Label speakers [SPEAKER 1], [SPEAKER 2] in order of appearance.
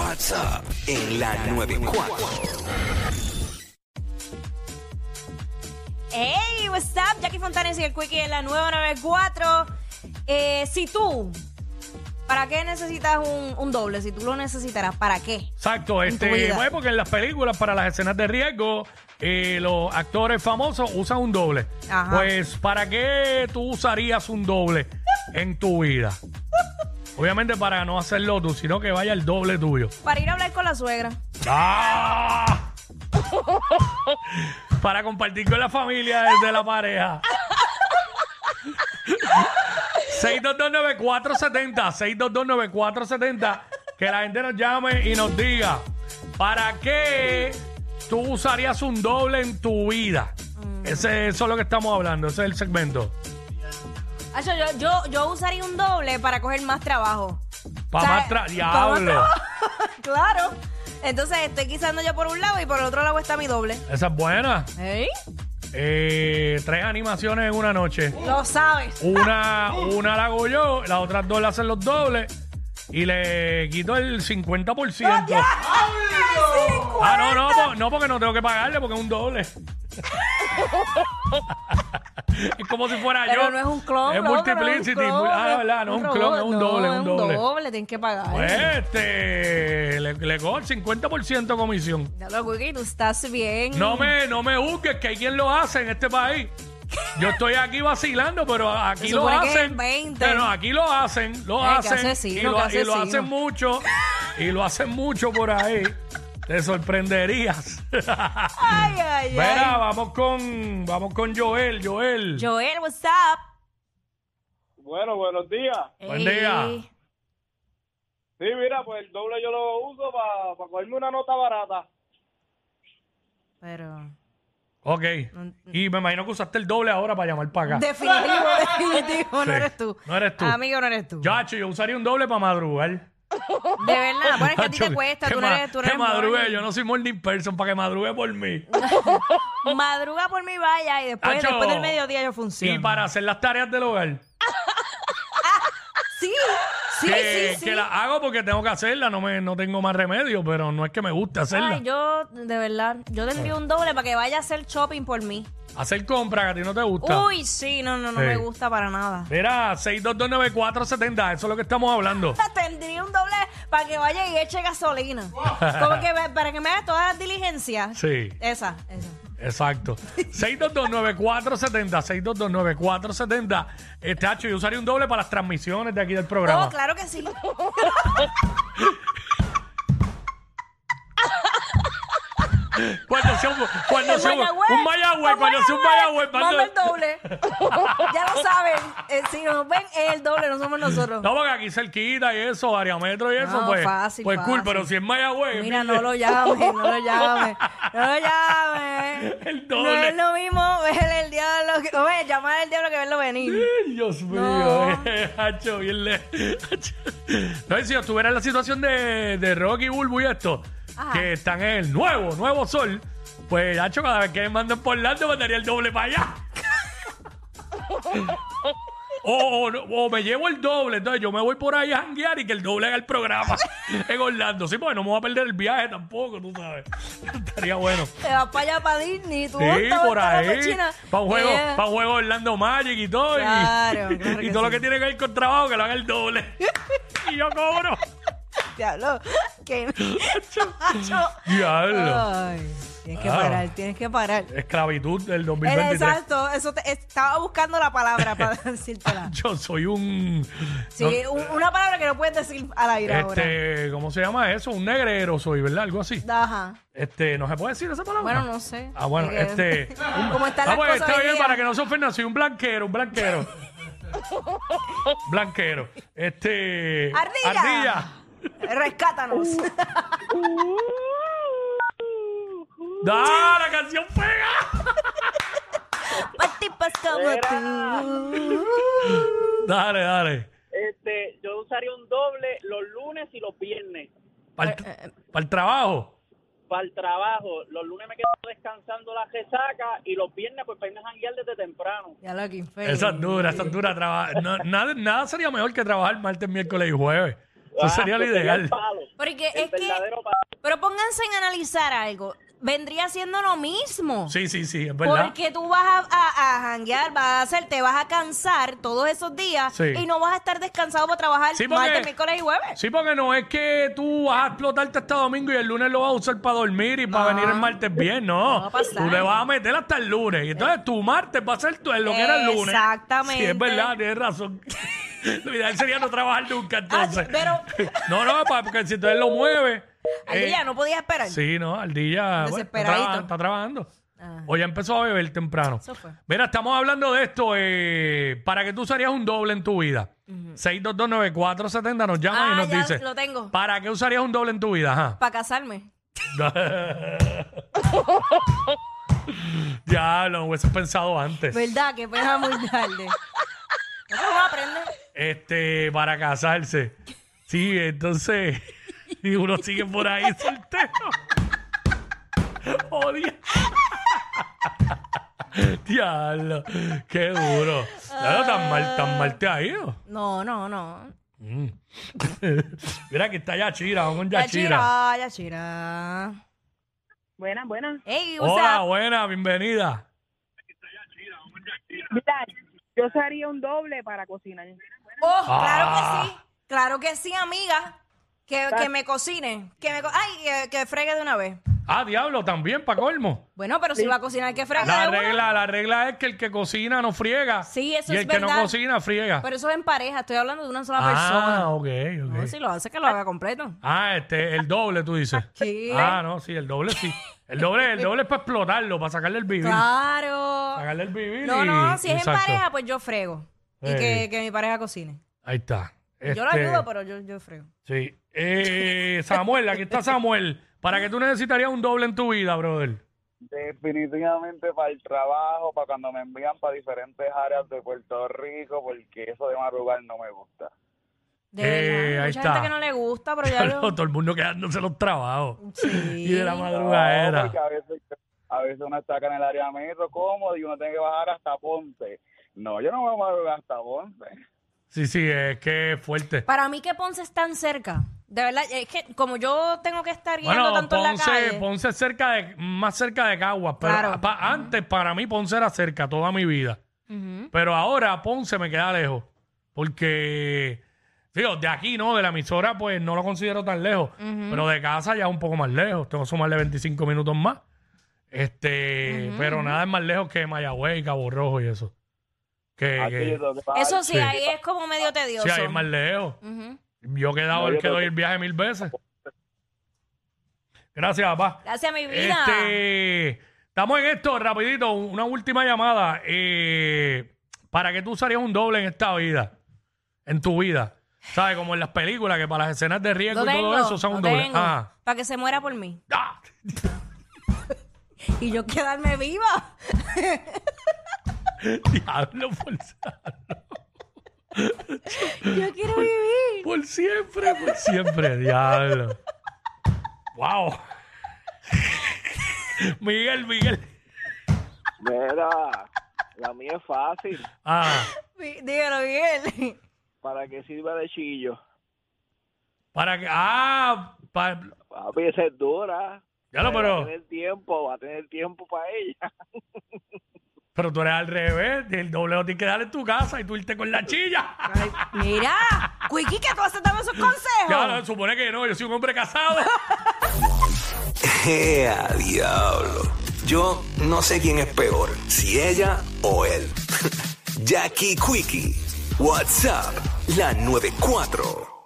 [SPEAKER 1] WhatsApp en la 94.
[SPEAKER 2] Hey, what's up? Jackie Fontanes y el Quickie en la 994. Eh, si tú, ¿para qué necesitas un, un doble? Si tú lo necesitarás, ¿para qué?
[SPEAKER 3] Exacto,
[SPEAKER 2] En tu
[SPEAKER 3] este,
[SPEAKER 2] vida.
[SPEAKER 3] bueno, porque en las películas, para las escenas de riesgo, eh, los actores famosos usan un doble.
[SPEAKER 2] Ajá.
[SPEAKER 3] Pues, ¿para qué tú usarías un doble en tu vida? Obviamente para no hacerlo tú, sino que vaya el doble tuyo.
[SPEAKER 2] Para ir a hablar con la suegra.
[SPEAKER 3] ¡Ah! para compartir con la familia desde la pareja. 6229470, 6229470, que la gente nos llame y nos diga, ¿para qué tú usarías un doble en tu vida? Ese, eso es lo que estamos hablando, ese es el segmento.
[SPEAKER 2] Acho, Yo, yo, yo usaría un doble para coger más trabajo.
[SPEAKER 3] Pa' más tra-
[SPEAKER 2] pa' más
[SPEAKER 3] diablo.
[SPEAKER 2] trabajo. claro. Entonces estoy guisando yo por un lado y por el otro lado está mi doble.
[SPEAKER 3] Esa es buena.
[SPEAKER 2] ¿Eh?
[SPEAKER 3] Eh, tres animaciones en una noche.
[SPEAKER 2] Lo sabes.
[SPEAKER 3] Una, una la hago yo, las otras dos la hacen los dobles y le quito el 50%. Ah, no, no, po- no, porque no tengo que pagarle porque es un doble. es como si fuera yo.
[SPEAKER 2] Pero no es un clon.
[SPEAKER 3] Es
[SPEAKER 2] loco, no
[SPEAKER 3] multiplicity.
[SPEAKER 2] un clon,
[SPEAKER 3] ah, verdad, no es un clon, es un
[SPEAKER 2] robot,
[SPEAKER 3] doble,
[SPEAKER 2] no,
[SPEAKER 3] es un doble.
[SPEAKER 2] tienes que pagar.
[SPEAKER 3] Pues este, le, le cojo el 50% comisión.
[SPEAKER 2] Ya lo Wiki, tú estás bien.
[SPEAKER 3] No me, no me busques, que hay quien lo hace en este país. Yo estoy aquí vacilando, pero aquí
[SPEAKER 2] Se
[SPEAKER 3] lo
[SPEAKER 2] supone que
[SPEAKER 3] hacen.
[SPEAKER 2] inventen.
[SPEAKER 3] No, no, aquí lo hacen, lo
[SPEAKER 2] Ay, qué
[SPEAKER 3] hacen. y,
[SPEAKER 2] asesino,
[SPEAKER 3] lo,
[SPEAKER 2] qué
[SPEAKER 3] y lo
[SPEAKER 2] asesino.
[SPEAKER 3] hacen mucho. Y lo hacen mucho por ahí. Te sorprenderías.
[SPEAKER 2] Ay, ay,
[SPEAKER 3] Verá,
[SPEAKER 2] ay.
[SPEAKER 3] vamos con, vamos con Joel, Joel.
[SPEAKER 2] Joel, what's up?
[SPEAKER 4] Bueno, buenos días.
[SPEAKER 3] Buen día.
[SPEAKER 2] Ey.
[SPEAKER 4] Sí, mira, pues el doble yo lo uso para cogerme una nota barata.
[SPEAKER 2] Pero.
[SPEAKER 3] Ok. Y me imagino que usaste el doble ahora para llamar para acá.
[SPEAKER 2] Definitivo, definitivo, no
[SPEAKER 3] Sí.
[SPEAKER 2] eres tú.
[SPEAKER 3] No eres tú.
[SPEAKER 2] Amigo, no eres tú.
[SPEAKER 3] Yo, hacho, yo usaría un doble para madrugar.
[SPEAKER 2] De verdad, bueno, es que a ti te
[SPEAKER 3] Hacho,
[SPEAKER 2] cuesta,
[SPEAKER 3] que
[SPEAKER 2] tú no
[SPEAKER 3] ma-
[SPEAKER 2] eres, tú no
[SPEAKER 3] que
[SPEAKER 2] eres
[SPEAKER 3] madrugue,
[SPEAKER 2] morning.
[SPEAKER 3] yo no soy morning person, para que madrugue por mí.
[SPEAKER 2] Madruga por mi valla y después,
[SPEAKER 3] Hacho.
[SPEAKER 2] después del mediodía yo funciono.
[SPEAKER 3] Y para hacer las tareas del hogar.
[SPEAKER 2] Sí, sí,
[SPEAKER 3] que,
[SPEAKER 2] sí, sí.
[SPEAKER 3] que las hago porque tengo que hacerlas, no, me, no tengo más remedio, pero no es que me guste hacerlas.
[SPEAKER 2] Ay, yo, de verdad, yo tendría un doble para que vaya a hacer shopping por mí.
[SPEAKER 3] Hacer compras que a ti no te gusta.
[SPEAKER 2] Uy, sí, no, no, no
[SPEAKER 3] Sí.
[SPEAKER 2] me gusta para nada.
[SPEAKER 3] Mira, 6229470, eso es lo que estamos hablando.
[SPEAKER 2] Tendría un doble para que vaya y eche gasolina. Como que me- para que me haga todas las diligencias.
[SPEAKER 3] Sí,
[SPEAKER 2] Esa, esa.
[SPEAKER 3] exacto. 6229470, 6229470. Este hacho, yo usaría un doble para las transmisiones de aquí del programa.
[SPEAKER 2] Oh, claro que sí.
[SPEAKER 3] Cuando sea un, cuando
[SPEAKER 2] En
[SPEAKER 3] sea un,
[SPEAKER 2] Mayagüez.
[SPEAKER 3] un Mayagüez,
[SPEAKER 2] En
[SPEAKER 3] cuando sea un Mayagüez,
[SPEAKER 2] Manda el
[SPEAKER 3] mando-
[SPEAKER 2] doble. ya lo saben. Eh, si nos ven, es el doble, no somos nosotros.
[SPEAKER 3] No, porque aquí cerquita y eso, variametro y eso,
[SPEAKER 2] No,
[SPEAKER 3] pues.
[SPEAKER 2] fácil,
[SPEAKER 3] pues cool,
[SPEAKER 2] fácil.
[SPEAKER 3] pero si es Mayagüez.
[SPEAKER 2] Mira, no lo llames, no lo llames, no lo llames.
[SPEAKER 3] El
[SPEAKER 2] No
[SPEAKER 3] doble.
[SPEAKER 2] es lo mismo ver el diablo que, oye, llamar al diablo que verlo venir.
[SPEAKER 3] Ay, Dios mío, eh,
[SPEAKER 2] No.
[SPEAKER 3] hacho, bien le... hacho. No, y si yo estuviera en la situación de, de Rocky Bulbo y esto,
[SPEAKER 2] Ajá.
[SPEAKER 3] que están en el nuevo, nuevo sol, pues, hacho, cada vez que me manden por Orlando, mandaría el doble para allá. o, o no- o me llevo el doble, entonces yo me voy por ahí a janguear y que el doble haga el programa en Orlando. Sí, porque no me voy a perder el viaje tampoco, tú sabes. Estaría bueno.
[SPEAKER 2] Te vas para allá para Disney, tú
[SPEAKER 3] Sí,
[SPEAKER 2] montas
[SPEAKER 3] por
[SPEAKER 2] otra
[SPEAKER 3] ahí.
[SPEAKER 2] cochina.
[SPEAKER 3] Para un juego,
[SPEAKER 2] Yeah.
[SPEAKER 3] pa' un juego Orlando Magic y todo. y-
[SPEAKER 2] Eh. Claro,
[SPEAKER 3] y
[SPEAKER 2] claro que
[SPEAKER 3] todo lo
[SPEAKER 2] sí.
[SPEAKER 3] que tiene que ver con trabajo, que lo haga el doble. y yo cobro.
[SPEAKER 2] Diablo, que
[SPEAKER 3] Diablo. Ah.
[SPEAKER 2] Ay, tienes que
[SPEAKER 3] Wow.
[SPEAKER 2] parar, tienes que parar.
[SPEAKER 3] Esclavitud del
[SPEAKER 2] Eh,
[SPEAKER 3] 2023.
[SPEAKER 2] Exacto, eso te- estaba buscando la palabra para decírtela.
[SPEAKER 3] Yo soy un.
[SPEAKER 2] Sí,
[SPEAKER 3] no,
[SPEAKER 2] un- una palabra que no puedes decir al aire
[SPEAKER 3] este, ¿Cómo se llama eso? Un negrero soy, ¿verdad? Algo así.
[SPEAKER 2] ahora. Ajá.
[SPEAKER 3] Este, ¿no se puede decir esa palabra?
[SPEAKER 2] Bueno, no sé.
[SPEAKER 3] Ah, bueno,
[SPEAKER 2] Porque-
[SPEAKER 3] este. un-
[SPEAKER 2] ¿Cómo están
[SPEAKER 3] Ah,
[SPEAKER 2] las
[SPEAKER 3] pues,
[SPEAKER 2] cosas
[SPEAKER 3] está
[SPEAKER 2] hoy
[SPEAKER 3] bien,
[SPEAKER 2] día?
[SPEAKER 3] para que no se ofendan, soy un blanquero, un blanquero. blanquero. Este.
[SPEAKER 2] Ardilla.
[SPEAKER 3] Ardilla. Uh.
[SPEAKER 2] Rescátanos.
[SPEAKER 3] ¡Da! ¡La canción pega!
[SPEAKER 2] Pa' tipos como tú.
[SPEAKER 3] Dale, dale.
[SPEAKER 4] Este, yo usaría un doble los lunes y los viernes
[SPEAKER 3] Para el, trabajo.
[SPEAKER 4] para el trabajo. Los lunes me quedo descansando la resaca y los viernes pues para irme a janguear desde temprano.
[SPEAKER 2] Ya lo que infeliz.
[SPEAKER 3] Esa es dura, esa es dura. traba- no- nada, nada sería mejor que trabajar martes, miércoles y jueves. Eso sería lo
[SPEAKER 4] Ah, sería
[SPEAKER 3] ideal.
[SPEAKER 4] el palo,
[SPEAKER 2] Porque
[SPEAKER 4] el
[SPEAKER 2] es que.
[SPEAKER 4] verdadero palo.
[SPEAKER 2] Pero pónganse en analizar algo. Vendría siendo lo mismo.
[SPEAKER 3] Sí, sí, sí, es verdad.
[SPEAKER 2] Porque tú vas a, a, a janguear, vas a hacer, te vas a cansar todos esos días
[SPEAKER 3] Sí.
[SPEAKER 2] y no vas a estar descansado para trabajar
[SPEAKER 3] Sí, porque-
[SPEAKER 2] martes, miércoles y jueves.
[SPEAKER 3] Sí, porque no es que tú vas a explotarte hasta domingo y el lunes lo vas a usar para dormir y para venir el martes bien, no.
[SPEAKER 2] No va a pasar.
[SPEAKER 3] Tú le vas a meter hasta el lunes. Y entonces tu martes va a ser tu- lo que era el lunes.
[SPEAKER 2] Exactamente.
[SPEAKER 3] Sí, es verdad, tienes razón. lo ideal sería no trabajar nunca, entonces.
[SPEAKER 2] Ah, pero-
[SPEAKER 3] no, no, pa- porque si entonces lo mueve.
[SPEAKER 2] Ayer
[SPEAKER 3] eh,
[SPEAKER 2] ya no podías esperar.
[SPEAKER 3] Sí, no, al día bueno, está,
[SPEAKER 2] Desesperadito.
[SPEAKER 3] traba- está trabajando.
[SPEAKER 2] Ah.
[SPEAKER 3] O ya empezó a beber temprano.
[SPEAKER 2] Eso fue.
[SPEAKER 3] Mira, estamos hablando de esto. eh, para que tú usarías un doble en tu vida. 6229470 nos llama
[SPEAKER 2] Ah,
[SPEAKER 3] y nos
[SPEAKER 2] ya
[SPEAKER 3] dice.
[SPEAKER 2] lo tengo.
[SPEAKER 3] ¿Para qué usarías un doble en tu vida? Ajá.
[SPEAKER 2] Para casarme.
[SPEAKER 3] ya lo hubiese pensado antes.
[SPEAKER 2] ¿Verdad? Que pena muy tarde. ¿Cómo vas a aprender?
[SPEAKER 3] Este, para casarse. Sí, entonces. Y uno sigue por ahí soltero. Odia. Diablo, qué duro. Claro, tan mal, tan mal te ha ido.
[SPEAKER 2] No, no, no.
[SPEAKER 3] Mm. Mira que está Yachira, vamos con Yachira.
[SPEAKER 2] Yachira, Yachira.
[SPEAKER 5] Buenas, buenas.
[SPEAKER 2] Ey, o
[SPEAKER 3] Hola,
[SPEAKER 2] sea,
[SPEAKER 3] buena, bienvenida.
[SPEAKER 5] Mira, yo usaría un doble para cocinar.
[SPEAKER 2] oh,
[SPEAKER 3] Ah.
[SPEAKER 2] claro que sí. Claro que sí, amiga. Que, que me cocine. Que me co- Ay, que, que fregue de una vez.
[SPEAKER 3] Ah, diablo, también, pa' colmo.
[SPEAKER 2] Bueno, pero si va a cocinar, que fregue de
[SPEAKER 3] La
[SPEAKER 2] una.
[SPEAKER 3] regla, la regla es que el que cocina no friega.
[SPEAKER 2] Sí, eso
[SPEAKER 3] y
[SPEAKER 2] es
[SPEAKER 3] el que no
[SPEAKER 2] verdad.
[SPEAKER 3] cocina friega.
[SPEAKER 2] Pero eso es en pareja, estoy hablando de una sola
[SPEAKER 3] ah,
[SPEAKER 2] persona.
[SPEAKER 3] ok, ok.
[SPEAKER 2] No, si lo hace, que lo haga completo.
[SPEAKER 3] Ah, este, el doble, tú dices.
[SPEAKER 2] Sí.
[SPEAKER 3] Ah, no, sí, el doble sí. El doble, el doble es para explotarlo, para sacarle el vivir.
[SPEAKER 2] Claro.
[SPEAKER 3] Sacarle el vivir.
[SPEAKER 2] No,
[SPEAKER 3] y-
[SPEAKER 2] no, si es
[SPEAKER 3] exacto.
[SPEAKER 2] en pareja, pues yo frego. Y
[SPEAKER 3] Ey.
[SPEAKER 2] que, que mi pareja cocine.
[SPEAKER 3] Ahí está.
[SPEAKER 2] pues, Yo lo
[SPEAKER 3] Este,
[SPEAKER 2] ayudo, pero yo, yo frego.
[SPEAKER 3] Sí. Eh, Samuel, aquí está Samuel. ¿Para qué tú necesitarías un doble en tu vida, brother?
[SPEAKER 6] Definitivamente para el trabajo, para cuando me envían para diferentes áreas de Puerto Rico, porque eso de madrugar no me gusta.
[SPEAKER 2] De
[SPEAKER 3] Eh,
[SPEAKER 2] verdad,
[SPEAKER 3] ahí
[SPEAKER 2] mucha
[SPEAKER 3] está.
[SPEAKER 2] gente que no le gusta, pero ya yo...
[SPEAKER 3] Todo el mundo quedándose los trabajos. Y
[SPEAKER 2] Sí.
[SPEAKER 3] de la
[SPEAKER 6] No,
[SPEAKER 3] madrugadera.
[SPEAKER 6] porque a veces, a veces uno está acá en el área metro cómodo y uno tiene que bajar hasta Ponce. No, yo no voy a madrugar hasta Ponce.
[SPEAKER 3] Sí, sí, es que es fuerte.
[SPEAKER 2] Para mí que Ponce es tan cerca. De verdad, es que como yo tengo que estar guiando
[SPEAKER 3] Bueno,
[SPEAKER 2] tanto en la
[SPEAKER 3] Ponce,
[SPEAKER 2] calle...
[SPEAKER 3] Ponce es cerca de, más cerca de Caguas, pero
[SPEAKER 2] Claro.
[SPEAKER 3] pa- antes para mí Ponce era cerca toda mi vida.
[SPEAKER 2] Ujú.
[SPEAKER 3] Pero ahora Ponce me queda lejos. Porque, digo, de aquí, ¿no? De la emisora, pues no lo considero tan lejos. Pero de casa ya es un poco más lejos. Tengo que sumarle 25 minutos más. Este, pero nada es más lejos que Mayagüez y Cabo Rojo y eso. Que,
[SPEAKER 6] Aquí
[SPEAKER 3] que-
[SPEAKER 6] yo tengo que bajar.
[SPEAKER 2] Eso sí,
[SPEAKER 3] Sí.
[SPEAKER 2] ahí es como medio tedioso.
[SPEAKER 3] sí, ahí es más lejos.
[SPEAKER 2] Ujú.
[SPEAKER 3] Yo he quedado
[SPEAKER 6] No,
[SPEAKER 3] el que
[SPEAKER 6] yo creo
[SPEAKER 3] doy
[SPEAKER 6] que-
[SPEAKER 3] el viaje mil veces. Gracias, papá.
[SPEAKER 2] Gracias, mi vida.
[SPEAKER 3] Este, estamos en esto, rapidito, una última llamada. Eh, ¿Para qué tú usarías un doble en esta vida? En tu vida. ¿Sabes? Como en las películas, que para las escenas de riesgo
[SPEAKER 2] Lo
[SPEAKER 3] y
[SPEAKER 2] tengo,
[SPEAKER 3] todo eso usan
[SPEAKER 2] lo
[SPEAKER 3] un doble.
[SPEAKER 2] tengo,
[SPEAKER 3] Ah.
[SPEAKER 2] Para que se muera por mí.
[SPEAKER 3] Ah.
[SPEAKER 2] Y yo quedarme viva.
[SPEAKER 3] Diablo, forzado.
[SPEAKER 2] Yo quiero vivir.
[SPEAKER 3] Por siempre, por siempre, diablo. Wow. Miguel, Miguel.
[SPEAKER 6] Mira, la mía es fácil.
[SPEAKER 3] Ah,
[SPEAKER 2] Mi- Dígalo, Miguel.
[SPEAKER 6] ¿Para que sirva de chillo?
[SPEAKER 3] para que. Ah, pa-
[SPEAKER 6] Papi, esa es dura.
[SPEAKER 3] ya lo,
[SPEAKER 6] Va a
[SPEAKER 3] pero.
[SPEAKER 6] tener tiempo, va a tener tiempo para ella.
[SPEAKER 3] Pero tú eres al revés, el doble lo tienes que dar en tu casa y tú irte con la chilla.
[SPEAKER 2] Mira, Quiki, que tú haces dando esos consejos.
[SPEAKER 3] Ya, no, supone que no, yo soy un hombre casado.
[SPEAKER 1] ¡Ea, diablo! Yo no sé quién es peor, si ella o él. Jackie Quickie, WhatsApp, la 94.